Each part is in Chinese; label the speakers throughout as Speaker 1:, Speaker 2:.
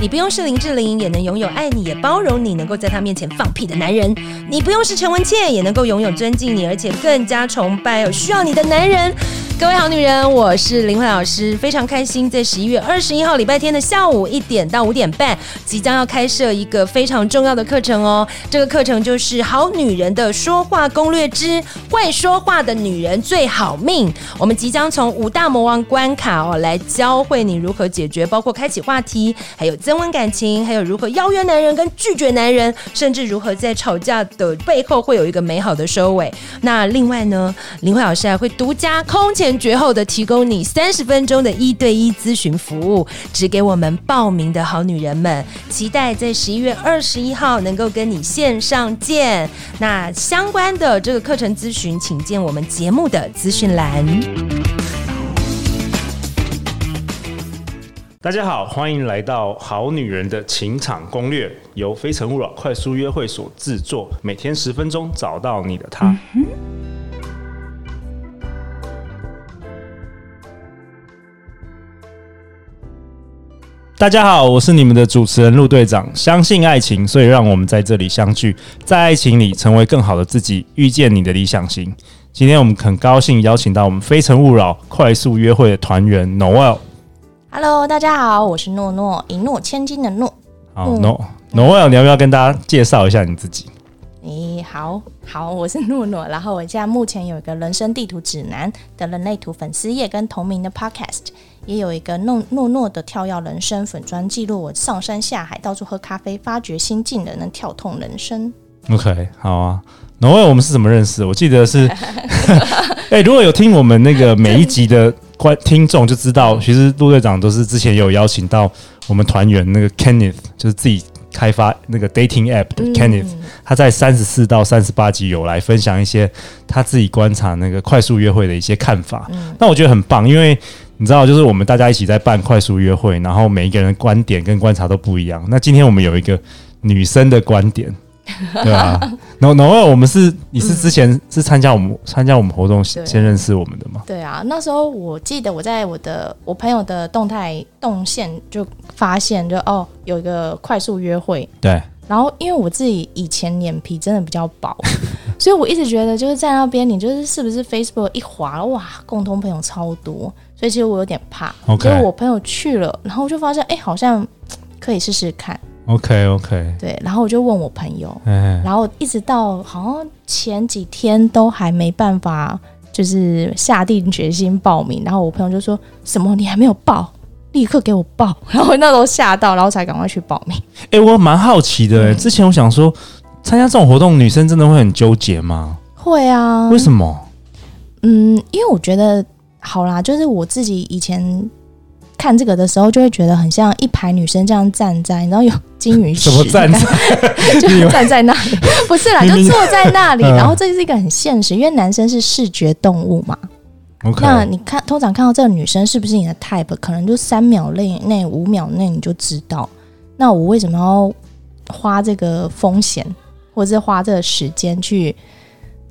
Speaker 1: 你不用是林志玲，也能拥有爱你也包容你，能够在他面前放屁的男人；你不用是陈文茜，也能够拥有尊敬你，而且更加崇拜有需要你的男人。各位好女人，我是林慧老师，非常开心，在十一月二十一号礼拜天的下午一点到五点半，即将要开设一个非常重要的课程哦。这个课程就是《好女人的说话攻略之会说话的女人最好命》。我们即将从五大魔王关卡哦，来教会你如何解决，包括开启话题，还有增温感情，还有如何邀约男人跟拒绝男人，甚至如何在吵架的背后会有一个美好的收尾。那另外呢，林慧老师还会独家空前绝后的提供你三十分钟的一对一咨询服务，只给我们报名的好女人们。期待在十一月二十一号能够跟你线上见。那相关的这个课程咨询，请见我们节目的资讯栏。
Speaker 2: 大家好，欢迎来到《好女人的情场攻略》，由非诚勿扰快速约会所制作，每天十分钟，找到你的他。大家好，我是你们的主持人陆队长。相信爱情，所以让我们在这里相聚，在爱情里成为更好的自己，遇见你的理想型。今天我们很高兴邀请到我们《非诚勿扰》快速约会的团员 Noel。
Speaker 3: Hello，大家好，我是诺诺，一诺千金的诺。
Speaker 2: 好、n o Noel，你要不要跟大家介绍一下你自己？
Speaker 3: 你好，好，我是诺诺。然后我现在目前有一个人生地图指南的人类图粉丝页跟同名的 Podcast，也有一个诺诺诺的跳跃人生粉砖，记录我上山下海，到处喝咖啡，发掘新技能，能跳痛人生。
Speaker 2: OK，好啊。然后我们是怎么认识的？我记得是，哎、如果有听我们那个每一集的观听众就知道，其实陆队长都是之前也有邀请到我们团员那个 Kenneth，就是自己开发那个 dating app 的 Kenneth，、他在三十四到三十八集有来分享一些他自己观察那个快速约会的一些看法。
Speaker 3: 嗯
Speaker 2: 那我觉得很棒，因为你知道，就是我们大家一起在办快速约会，然后每一个人的观点跟观察都不一样。那今天我们有一个女生的观 点，对啊，然后然后我们是你是之
Speaker 3: 嗯
Speaker 2: 前是参加我们参加我们活动
Speaker 3: 对
Speaker 2: 先认识我们的嘛？
Speaker 3: 对啊，那时候我记得我在我的我朋友的动态动线就发现就，哦有一个快速约会，
Speaker 2: 对，
Speaker 3: 然后因为我自己以前脸皮真的比较 薄，所以我一直觉得就是在那边，你就是是不是 Facebook 一滑，哇，共同朋友超多，所以其实我有点怕。
Speaker 2: OK
Speaker 3: 结果我朋友去了，然后我就发现，哎，好像嘖可以试试看，
Speaker 2: OK OK，
Speaker 3: 对。然后我就问我朋友，
Speaker 2: 哎，
Speaker 3: 然后一直到好像前几天都还没办法，就是下定决心报名。然后我朋友就说什么你还没有报，立刻给我报。然后我那时候吓到，然后才赶快去报名。
Speaker 2: 哎，我蛮好奇的、之前我想说参加这种活动，女生真的会很纠结吗？
Speaker 3: 会啊，
Speaker 2: 为什么？
Speaker 3: 嗯，因为我觉得好啦，就是我自己以前看这个的时候，就会觉得很像一排女生这样站在，然后有金鱼
Speaker 2: 什
Speaker 3: 池
Speaker 2: 么 站
Speaker 3: 的
Speaker 2: 着？
Speaker 3: 感觉
Speaker 2: 你
Speaker 3: 就
Speaker 2: 们
Speaker 3: 站在那里，不是啦，就
Speaker 2: 明明
Speaker 3: 坐在那里。
Speaker 2: 嗯
Speaker 3: 然后这是一个很现实，因为男生是视觉动物嘛。
Speaker 2: OK，
Speaker 3: 那你看，通常看到这个女生是不是你的 type，可能就三秒内内、五秒内你就知道。那我为什么要花这个风险，或者是花这个时间去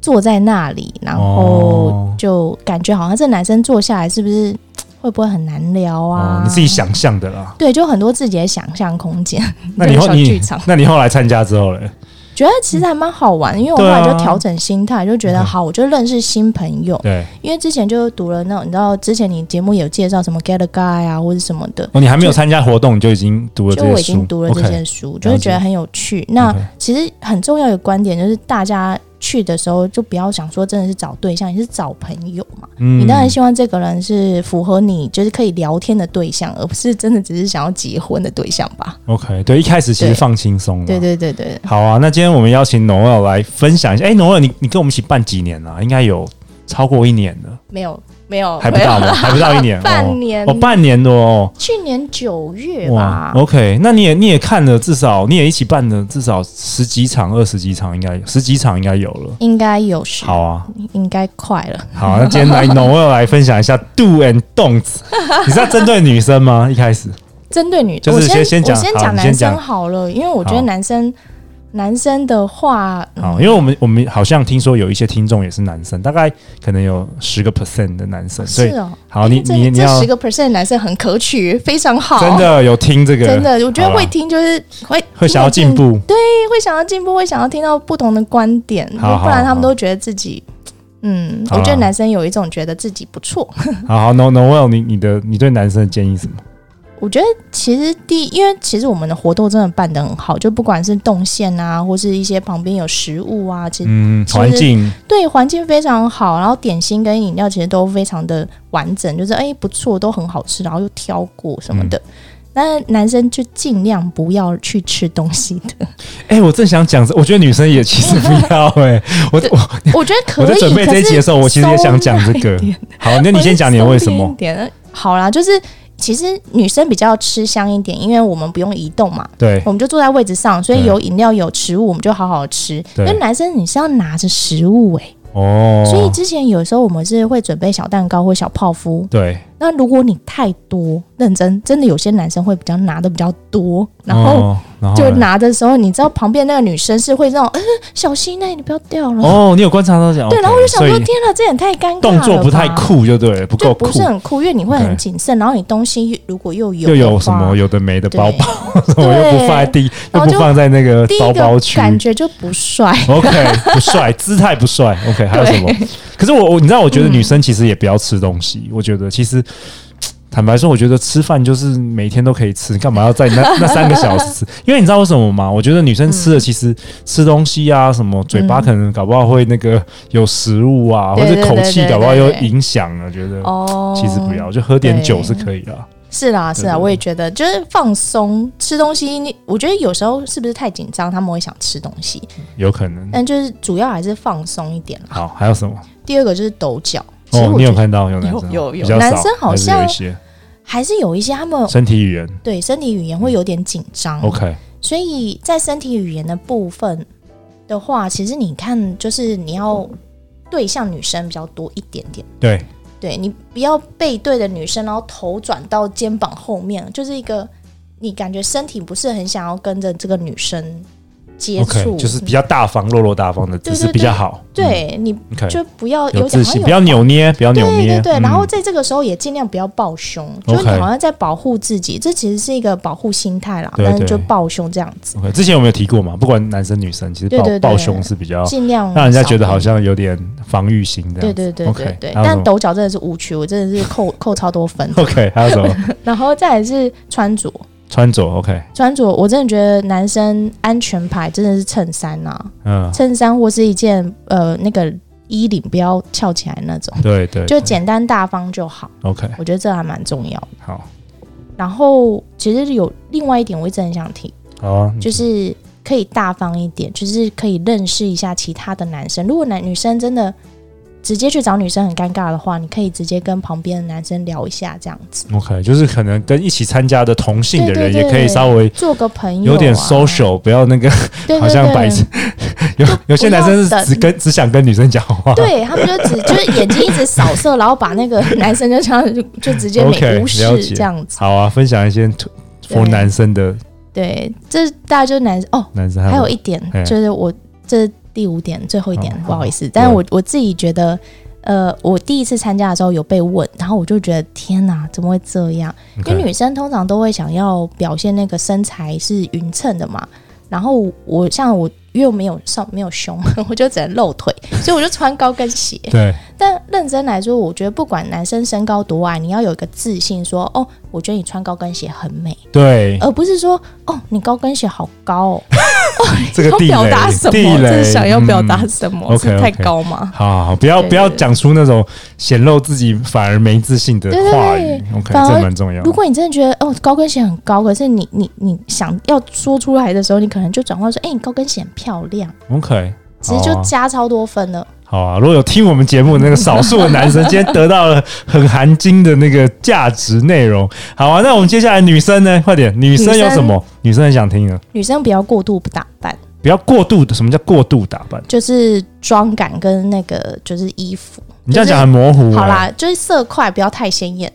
Speaker 3: 坐在那里，然后
Speaker 2: 哦
Speaker 3: 就感觉好像这男生坐下来是不是会不会很难聊啊？
Speaker 2: 哦，你自己想象的啦。
Speaker 3: 对，就很多自己的想象空间。
Speaker 2: 那你后
Speaker 3: 小
Speaker 2: 你
Speaker 3: 剧场
Speaker 2: 那你后来参加之后嘞？
Speaker 3: 觉得其实还蛮好玩，因为我后
Speaker 2: 对啊
Speaker 3: 来就调整心态，就觉得
Speaker 2: 嗯
Speaker 3: 好，我就认识新朋友。
Speaker 2: 对，
Speaker 3: 因为之前就读了那种，你知道之前你节目有介绍什么 Get a Guy 啊，或者什么的，
Speaker 2: 哦，你还没有参加活动，你就已经读了这
Speaker 3: 就
Speaker 2: 些书，
Speaker 3: 我已经读了这
Speaker 2: OK
Speaker 3: 些书，就是觉得很有趣。那
Speaker 2: OK
Speaker 3: 其实很重要的观点就是，大家去的时候就不要想说真的是找对象，你是找朋友嘛。
Speaker 2: 嗯
Speaker 3: 你当然希望这个人是符合你就是可以聊天的对象，而不是真的只是想要结婚的对象吧？
Speaker 2: OK，对，一开始其实
Speaker 3: 对
Speaker 2: 放轻松了。
Speaker 3: 对对对对，
Speaker 2: 好啊，那今天我们邀请 Noel 来分享一下。哎、n o e l 你你跟我们一起办几年了、啊应该有超过一年了，
Speaker 3: 没有没有，
Speaker 2: 还不
Speaker 3: 哦没有
Speaker 2: 到吗？还不到一 年，
Speaker 3: 半年
Speaker 2: 哦，哦半年多哦。
Speaker 3: 去年九月
Speaker 2: 哇哦
Speaker 3: 吧，
Speaker 2: ，OK，那你也你也看了，至少你也一起办了至少十几场、二十几场，应该有十几场应该有了。
Speaker 3: 应该有时
Speaker 2: 好啊，
Speaker 3: 应该快了。
Speaker 2: 好啊，那今天 来 Noel 来分享一下 do and don't。你是要针对女生吗？一开始
Speaker 3: 针对女，
Speaker 2: 就是
Speaker 3: 我
Speaker 2: 先
Speaker 3: 先
Speaker 2: 先讲
Speaker 3: 我先
Speaker 2: 好
Speaker 3: 讲
Speaker 2: 你
Speaker 3: 男
Speaker 2: 先讲
Speaker 3: 生好了，因为我觉
Speaker 2: 好
Speaker 3: 得男生男生的话，嗯
Speaker 2: 好，因为我们我们好像听说有一些听众也是男生，大概可能有十个 percent 的男生，所以
Speaker 3: 是哦，
Speaker 2: 好，你
Speaker 3: 这
Speaker 2: 你你
Speaker 3: 这
Speaker 2: 要
Speaker 3: 十个 percent 男生很可取，非常好，
Speaker 2: 真的有听这个，
Speaker 3: 真的，我觉得
Speaker 2: 好啦
Speaker 3: 会听就是会
Speaker 2: 会想要进，步，
Speaker 3: 会想要进步，会想要听到不同的观点，
Speaker 2: 好好
Speaker 3: 不然他们
Speaker 2: 好
Speaker 3: 都觉得自己。嗯，
Speaker 2: 好
Speaker 3: 我
Speaker 2: 啦
Speaker 3: 觉得男生有一种觉得自己不错。
Speaker 2: 好好，No Noel，你你的你对男生的建议是什么？
Speaker 3: 我觉得其实第，因为其实我们的活动真的办得很好，就不管是动线啊，或是一些旁边有食物啊，其实
Speaker 2: 嗯，环境
Speaker 3: 对环境非常好，然后点心跟饮料其实都非常的完整，就是哎不错，都很好吃，然后又挑过什么的。那男生就尽量不要去吃东西 的，
Speaker 2: 哎、我正想讲这，我觉得女生也其实不 要哎、我
Speaker 3: 对
Speaker 2: 我
Speaker 3: 我觉得可以。
Speaker 2: 我在准备这一集的时候，
Speaker 3: 可是
Speaker 2: 我其实也想讲这
Speaker 3: 松
Speaker 2: 个
Speaker 3: 一。点
Speaker 2: 好， 那你先讲你的为什
Speaker 3: 松一
Speaker 2: 么？
Speaker 3: 点好啦，就是其实女生比较吃香一点，因为我们不用移动嘛，
Speaker 2: 对
Speaker 3: 我们就坐在位置上，所以
Speaker 2: 对
Speaker 3: 有饮料有食物，我们就好好吃。因
Speaker 2: 对
Speaker 3: 为男生你是要拿着食物哎、
Speaker 2: 哦，
Speaker 3: 所以之前有时候我们是会准备小蛋糕或小泡芙。
Speaker 2: 对，
Speaker 3: 那如果你太多，认真真的有些男生会比较拿的比较多，然后
Speaker 2: 哦然后
Speaker 3: 就
Speaker 2: 呢
Speaker 3: 拿的时候，你知道旁边那个女生是会那种，呃，小心那、你不要掉了。
Speaker 2: 哦，你有观察到讲
Speaker 3: 嗯对，然后我就想说，
Speaker 2: 所以
Speaker 3: 天哪，这也太尴尬了吧，
Speaker 2: 动作不太酷就对了，不
Speaker 3: 就
Speaker 2: 够
Speaker 3: 不
Speaker 2: 酷，
Speaker 3: 是很酷，因为你会
Speaker 2: OK
Speaker 3: 很谨慎，然后你东西如果又有
Speaker 2: 又
Speaker 3: 的
Speaker 2: 有
Speaker 3: 话
Speaker 2: 什么有的没的
Speaker 3: 对
Speaker 2: 包包，什么又不放在第，
Speaker 3: 然
Speaker 2: 又
Speaker 3: 后
Speaker 2: 不
Speaker 3: 就
Speaker 2: 放在那个
Speaker 3: 第一
Speaker 2: 包包
Speaker 3: 个
Speaker 2: 区。
Speaker 3: 感觉就不帅，
Speaker 2: OK，不 帅，姿态不帅。OK，还有什么？可是我我你知道，我
Speaker 3: 嗯
Speaker 2: 觉得女生其实也不要吃东西。我觉得其实坦白说，我觉得吃饭就是每天都可以吃，干嘛要在那那三个小时吃？因为你知道为什么吗？我觉得女生
Speaker 3: 嗯
Speaker 2: 吃的其实吃东西啊，什么嘴巴可能搞不好会那个有食物啊，或
Speaker 3: 对
Speaker 2: 者口气搞不好又
Speaker 3: 对对对对
Speaker 2: 影响了。觉得
Speaker 3: 哦
Speaker 2: 其实不要，就喝点酒
Speaker 3: 对
Speaker 2: 是可以的。
Speaker 3: 是啦，是
Speaker 2: 对
Speaker 3: 啦，
Speaker 2: 对
Speaker 3: 我也觉得就是放松吃东西。你我觉得有时候是不是太紧张，他们会想吃东西，
Speaker 2: 有可能。
Speaker 3: 但就是主要还是放松一点啦。
Speaker 2: 好，还有什么？
Speaker 3: 第二个就是抖脚，其实
Speaker 2: 哦，
Speaker 3: 我
Speaker 2: 你
Speaker 3: 觉
Speaker 2: 有
Speaker 3: 得
Speaker 2: 看到有男
Speaker 3: 有
Speaker 2: 生
Speaker 3: 有有
Speaker 2: 比较
Speaker 3: 男
Speaker 2: 少
Speaker 3: 生好
Speaker 2: 还是有
Speaker 3: 像
Speaker 2: 一些
Speaker 3: 还是有一些他们
Speaker 2: 身体语言。
Speaker 3: 对身体语言会有点紧张。
Speaker 2: OK，
Speaker 3: 所以在身体语言的部分的话，其实你看，就是你要对向女生比较多一点点。
Speaker 2: 对。
Speaker 3: 对你不要背对着女生，然后头转到肩膀后面，就是一个你感觉身体不是很想要跟着这个女生接
Speaker 2: OK，
Speaker 3: 触，
Speaker 2: 就是比较大方、落落大方的姿势
Speaker 3: 对对
Speaker 2: 比较好。
Speaker 3: 对你
Speaker 2: 嗯，OK，
Speaker 3: 就不要
Speaker 2: 有
Speaker 3: 有
Speaker 2: 自
Speaker 3: 点好
Speaker 2: 信，
Speaker 3: 像
Speaker 2: 不要扭捏，不要扭
Speaker 3: 对
Speaker 2: 捏。
Speaker 3: 对对，
Speaker 2: 嗯
Speaker 3: 然后在这个时候也尽量不要抱胸，就是你
Speaker 2: OK
Speaker 3: 好像在保护自己，这其实是一个保护心态啦，
Speaker 2: 对
Speaker 3: 但是
Speaker 2: 对
Speaker 3: 就抱胸这样子，
Speaker 2: OK，之前有没有提过嘛？不管男生女生，其实
Speaker 3: 对
Speaker 2: 抱
Speaker 3: 对对
Speaker 2: 抱胸是比较
Speaker 3: 尽量
Speaker 2: 哦让人家
Speaker 3: 少
Speaker 2: 觉得
Speaker 3: 碰
Speaker 2: 好像有点防御型的。
Speaker 3: 对对对对
Speaker 2: OK，
Speaker 3: 对，
Speaker 2: 还有什
Speaker 3: 但
Speaker 2: 么
Speaker 3: 抖脚真的是误区，我真的是扣扣超多分。
Speaker 2: OK，还有什么
Speaker 3: 然后再来是穿着，
Speaker 2: 穿着 OK，
Speaker 3: 穿着我真的觉得男生安全牌真的是衬衫呐、
Speaker 2: 嗯，
Speaker 3: 衬衫或是一件呃那个衣领不要翘起来那种，
Speaker 2: 对对，
Speaker 3: 就
Speaker 2: 对
Speaker 3: 简单大方就好。
Speaker 2: OK，
Speaker 3: 我觉得这还蛮重要的。
Speaker 2: 好，
Speaker 3: 然后其实有另外一点我一直很想提，
Speaker 2: 好啊，
Speaker 3: 就是可以大方一点，就是可以认识一下其他的男生。如果男女生真的直接去找女生很尴尬的话，你可以直接跟旁边的男生聊一下，这样子
Speaker 2: OK，就是可能跟一起参加的同性的
Speaker 3: 对对
Speaker 2: 人
Speaker 3: 对
Speaker 2: 也可以稍微
Speaker 3: 做个朋友、啊，
Speaker 2: 有点 social，不要那个
Speaker 3: 对对对，
Speaker 2: 好像摆 有有些男生
Speaker 3: 不要
Speaker 2: 是
Speaker 3: 等
Speaker 2: 只跟只想跟女生讲话。
Speaker 3: 对他们就只就是眼睛一直扫射，然后把那个 男生就这样就就直接
Speaker 2: OK，
Speaker 3: 没无
Speaker 2: 了
Speaker 3: 视
Speaker 2: 解
Speaker 3: 这样子。
Speaker 2: 好啊，分享一些 for
Speaker 3: 对
Speaker 2: 男生的
Speaker 3: 对，这大概就是男哦，
Speaker 2: 男生
Speaker 3: 还有
Speaker 2: 一
Speaker 3: 一点
Speaker 2: 哎
Speaker 3: 就是我这是第五点最后一点
Speaker 2: 哦，
Speaker 3: 不好意思
Speaker 2: 好，
Speaker 3: 但是我我自己觉得。呃，我第一次参加的时候有被问，然后我就觉得天哪，怎么会这样？因为女生通常都会想要表现那个身材是匀称的嘛。然后我像我又没有上没有胸， 我就只能露腿，所以我就穿高跟鞋。
Speaker 2: 对
Speaker 3: 但认真来说，我觉得不管男生身高多矮，你要有一个自信说，哦，我觉得你穿高跟鞋很美，
Speaker 2: 对
Speaker 3: 而不是说哦，你高跟鞋好高、哦。
Speaker 2: 这个
Speaker 3: 要
Speaker 2: 地
Speaker 3: 表
Speaker 2: 雷
Speaker 3: 达什么？
Speaker 2: 地
Speaker 3: 这
Speaker 2: 雷
Speaker 3: 是想要表达
Speaker 2: 嗯
Speaker 3: 什么？
Speaker 2: 嗯
Speaker 3: 是
Speaker 2: OK，OK
Speaker 3: 太高吗？
Speaker 2: 好好好，不要
Speaker 3: 对
Speaker 2: 不要
Speaker 3: 对
Speaker 2: 讲出那种显露自己反而没自信的
Speaker 3: 对对
Speaker 2: 话
Speaker 3: 对
Speaker 2: 语。OK，
Speaker 3: 反
Speaker 2: 这
Speaker 3: 而
Speaker 2: 蛮重要的
Speaker 3: 如。果你真的觉得哦，高跟鞋很高，可是你你你想要说出来的时候，你可能就转换说，哎、你高跟鞋很漂亮，
Speaker 2: OK，
Speaker 3: 其实
Speaker 2: 好
Speaker 3: 就
Speaker 2: 啊
Speaker 3: 加超多分了。
Speaker 2: 好啊。如果有听我们节目的那个少数的男生，今天得到了很含金的那个价值内容。好啊，那我们接下来女生呢？快点，女生有什么？女生很想听呢。
Speaker 3: 女生不要过度打扮，
Speaker 2: 不要过度的，什么叫过度打扮？
Speaker 3: 就是妆感跟那个就是衣服。
Speaker 2: 你这样讲很模糊、啊
Speaker 3: 好，啦，就是色块不要太鲜艳，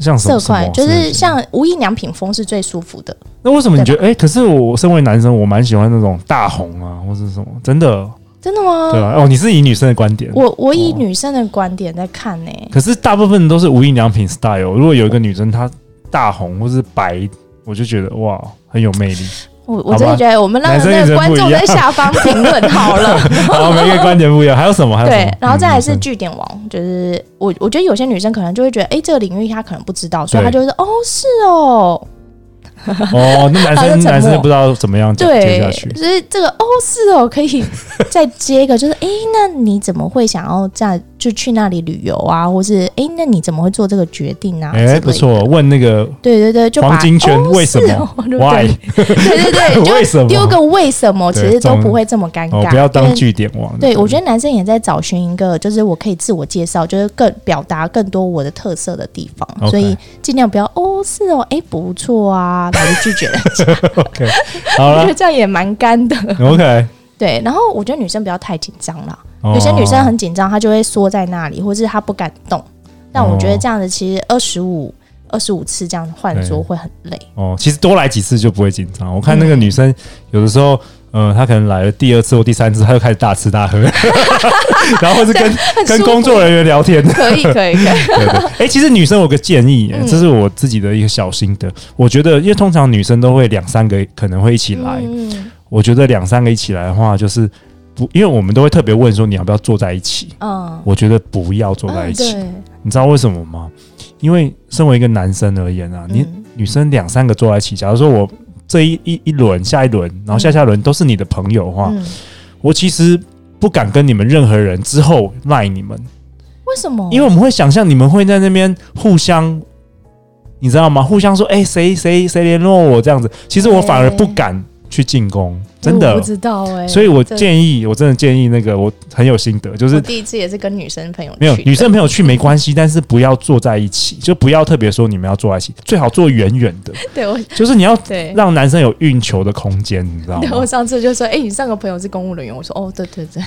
Speaker 2: 像什
Speaker 3: 色
Speaker 2: 么什
Speaker 3: 块
Speaker 2: 么
Speaker 3: 就是像无印良品风是最舒服的，
Speaker 2: 那为什么你觉得？哎、可是我身为男生，我蛮喜欢那种大红啊，或是什么，真的，
Speaker 3: 真的吗？
Speaker 2: 对吧、哦，你是以女生的观点，
Speaker 3: 嗯我我以
Speaker 2: 哦
Speaker 3: 女生的观点在看呢、
Speaker 2: 可是大部分都是无印良品 style。如哦果有一个女生她大红或是白，我就觉得哇，很有魅力。
Speaker 3: 我
Speaker 2: 好
Speaker 3: 我
Speaker 2: 吧
Speaker 3: 真的觉得我们让
Speaker 2: 男生女
Speaker 3: 那个
Speaker 2: 生
Speaker 3: 观
Speaker 2: 不
Speaker 3: 众
Speaker 2: 一样
Speaker 3: 在下方评论好了。
Speaker 2: 好，每个观点不一样。还有什么？还有什
Speaker 3: 对
Speaker 2: 么？，
Speaker 3: 然后再来是
Speaker 2: 嗯
Speaker 3: 据点王，就是我我觉得有些女生可能就会觉得，哎，这个领域她可能不知道，所以
Speaker 2: 对
Speaker 3: 她就会说，哦，是哦，
Speaker 2: 哦， 那男
Speaker 3: 好像
Speaker 2: 生
Speaker 3: 沉默
Speaker 2: 男生不知道怎么样讲接下
Speaker 3: 对，
Speaker 2: 去
Speaker 3: 就。是这个哦，是哦，可以再接一个， 就是哎，诶那你怎么会想要在就去那里旅游啊，或是哎，诶那你怎么会做这个决定啊？
Speaker 2: 哎、
Speaker 3: 之类
Speaker 2: 不
Speaker 3: 的
Speaker 2: 错，，问那个
Speaker 3: 对对对，就把
Speaker 2: 黄金圈
Speaker 3: 哦
Speaker 2: 为什
Speaker 3: 是
Speaker 2: 么
Speaker 3: 哦对不
Speaker 2: why
Speaker 3: 对对对对，就
Speaker 2: 为什么
Speaker 3: 丢个为什么，其
Speaker 2: 对
Speaker 3: 实都
Speaker 2: 总
Speaker 3: 不会这么尴
Speaker 2: 哦
Speaker 3: 尬，，
Speaker 2: 不要
Speaker 3: 因
Speaker 2: 当
Speaker 3: 为
Speaker 2: 据点王。
Speaker 3: 嗯对，我觉得男生也在找寻一个，就是我可以自我介绍，就是更表达更多我的特色的地方
Speaker 2: OK
Speaker 3: 所以尽量不要哦，是哦，哎，不错啊，然后就拒 绝了，
Speaker 2: 得 OK，好
Speaker 3: 我觉
Speaker 2: 了
Speaker 3: 得这样也蛮干的。
Speaker 2: ，OK。
Speaker 3: 对，然后我觉得女生不要太紧张啦，
Speaker 2: 哦
Speaker 3: 有些女生很紧张，她就会缩在那里，或是她不敢动。但我觉得
Speaker 2: 哦
Speaker 3: 这样子其实二十五、二十五次这样换桌
Speaker 2: 对
Speaker 3: 会很累。
Speaker 2: 哦，其实多来几次就不会紧张。我看那个女生有的时候，呃，她可能来了第二次或第三次，她就开始大吃大喝， 然后是跟跟工作人员聊天。
Speaker 3: 可以，可以，可以。
Speaker 2: 对对，哎、其实女生有个建议、
Speaker 3: 嗯
Speaker 2: 哎这是我自己的一个小心得。我觉得，因为通常女生都会两三个可能会 一起来，
Speaker 3: 嗯
Speaker 2: 我觉得两三个一起来的话，就是不，因为我们都会特别问说你要不要坐在一起。
Speaker 3: 嗯，
Speaker 2: 我觉得不要坐在一起，啊
Speaker 3: 嗯
Speaker 2: 你知道为什么吗？因为身为一个男生而言啊，
Speaker 3: 对
Speaker 2: 你
Speaker 3: 嗯
Speaker 2: 女生两三个坐在一起，假如说我这一一一轮、下一轮，然后下下轮都是你的朋友的话，
Speaker 3: 嗯
Speaker 2: 我其实不敢跟你们任何人之后赖你们，
Speaker 3: 哦为什么？
Speaker 2: 因为我们会想象你们会在那边互相，你知道吗？互相说，哎、谁谁谁联络我这样子，其实我反而不敢去进攻，真
Speaker 3: 我
Speaker 2: 的
Speaker 3: 不。知道哎、
Speaker 2: 所以我
Speaker 3: 这
Speaker 2: 建议，我真的建议那个我很有心得，就是
Speaker 3: 我第一次也是跟女生朋友去
Speaker 2: 没
Speaker 3: 的，
Speaker 2: 有女生朋友去没关系，但是不要坐在一起，就不要特别说你们要坐在一起，最好坐远远的，
Speaker 3: 对我
Speaker 2: 就是你要
Speaker 3: 对。
Speaker 2: 让男生有运球的空间，你知道
Speaker 3: 对，我
Speaker 2: 吗？
Speaker 3: 上次就说，哎、你上个朋友是公务人员，我说，哦，对对对，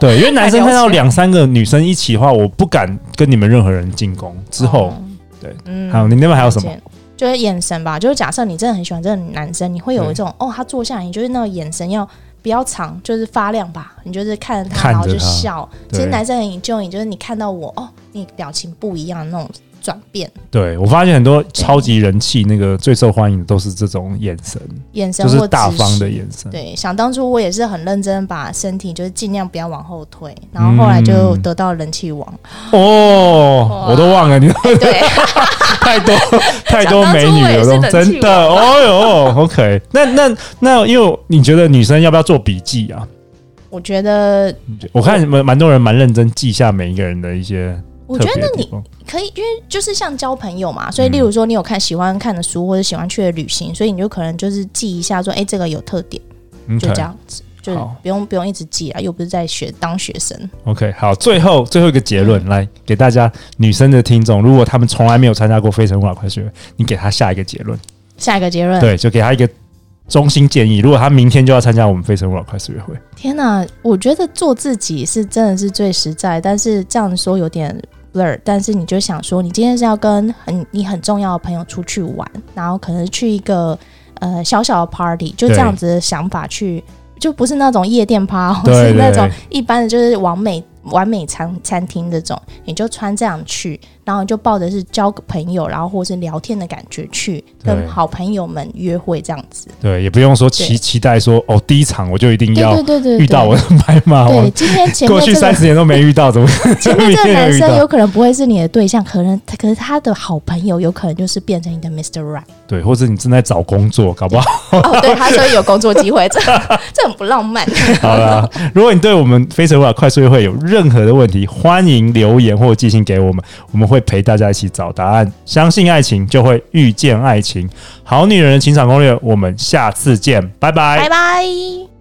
Speaker 2: 对，因为男生看
Speaker 3: 太了
Speaker 2: 到
Speaker 3: 解
Speaker 2: 两三个女生一起的话，我不敢跟你们任何人进攻。之后，
Speaker 3: 哦
Speaker 2: 对，
Speaker 3: 嗯
Speaker 2: 还有你那边还有什么？？
Speaker 3: 就是眼神吧，就是假设你真的很喜欢这个男生，你会有一种，哦，他坐下来，你就是那个眼神要比较长，就是发亮吧，你就是看着他，
Speaker 2: 看着
Speaker 3: 然后就
Speaker 2: 他
Speaker 3: 笑。其
Speaker 2: 对
Speaker 3: 实男生很 enjoy，你就是你看到我，哦，你表情不一样的那种转变，
Speaker 2: 对我发现很多超级人气那个最受欢迎的都是这种眼神，
Speaker 3: 眼神
Speaker 2: 就
Speaker 3: 或
Speaker 2: 是大
Speaker 3: 直
Speaker 2: 方的
Speaker 3: 视
Speaker 2: 眼神。
Speaker 3: 对，想当初我也是很认真把身体就是尽量不要往后退，然后后来就
Speaker 2: 嗯
Speaker 3: 得到人气王。
Speaker 2: 哦，我都忘了你
Speaker 3: 对，
Speaker 2: 太 多太多美女了，都
Speaker 3: 讲到这我也是
Speaker 2: 真的。哦哟，OK，那那那，因为你觉得女生要不要做笔记啊？
Speaker 3: 我觉得，
Speaker 2: 我看蛮蛮多人蛮认真记下每一个人的一些
Speaker 3: 我
Speaker 2: 特
Speaker 3: 觉
Speaker 2: 别
Speaker 3: 得
Speaker 2: 的地
Speaker 3: 你
Speaker 2: 方。
Speaker 3: 可以，因为就是像交朋友嘛，所以
Speaker 2: 嗯
Speaker 3: 例如说你有看喜欢看的书或者喜欢去的旅行，所以你就可能就是记一下说，哎、这个有特点，
Speaker 2: 你
Speaker 3: 就这样子。就是
Speaker 2: 好
Speaker 3: 不用不用一直记啊，又不是在学当学生，
Speaker 2: OK，好，最后最后一个结论，
Speaker 3: 嗯
Speaker 2: 来给大家女生的听众，如果他们从来没有参加过《非诚勿扰》快学，你给他下一个结论，
Speaker 3: 下一个结论。
Speaker 2: 对，就给他一个中心建议。如果他明天就要参加我们《非诚勿扰》快速约会，
Speaker 3: 天哪、我觉得做自己是真的是最实在，但是这样说有点 blur。但是你就想说，你今天是要跟很你很重要的朋友出去玩，然后可能去一个呃小小的 party，就这样子的想法去，就不是那种夜店趴，或
Speaker 2: 对
Speaker 3: 是那种
Speaker 2: 对
Speaker 3: 一般的，就是完美完美餐餐厅这种，你就穿这样去，然后你就抱着是交个朋友，然后或是聊天的感觉去跟
Speaker 2: 对
Speaker 3: 好朋友们约会这样子。
Speaker 2: 对，也不用说期
Speaker 3: 对
Speaker 2: 期待说哦，第一场我就一定
Speaker 3: 对
Speaker 2: 要
Speaker 3: 对对对，对
Speaker 2: 遇到我的白马
Speaker 3: 对，
Speaker 2: 王，
Speaker 3: 今天前面
Speaker 2: 过
Speaker 3: 这
Speaker 2: 去
Speaker 3: 个
Speaker 2: 三十年都没遇到，怎么 可能
Speaker 3: 前面这
Speaker 2: 明
Speaker 3: 个
Speaker 2: 天
Speaker 3: 男
Speaker 2: 又遇
Speaker 3: 生
Speaker 2: 到
Speaker 3: 有可能不会是你的对象，可能他可是他的好朋友有可能就是变成你的 Mr. Right。
Speaker 2: 对，或者你正在找工作，搞不好。
Speaker 3: 哦，对，他所以有工作机 会，这这很不浪漫。
Speaker 2: 好啦，如果你对我们《非诚勿扰》快速约会有任何的问题，欢迎留言或寄信给我们，我们会陪大家一起找答案。相信爱情，就会遇见爱情。好女人的情场攻略，我们下次见，拜拜
Speaker 3: 拜拜。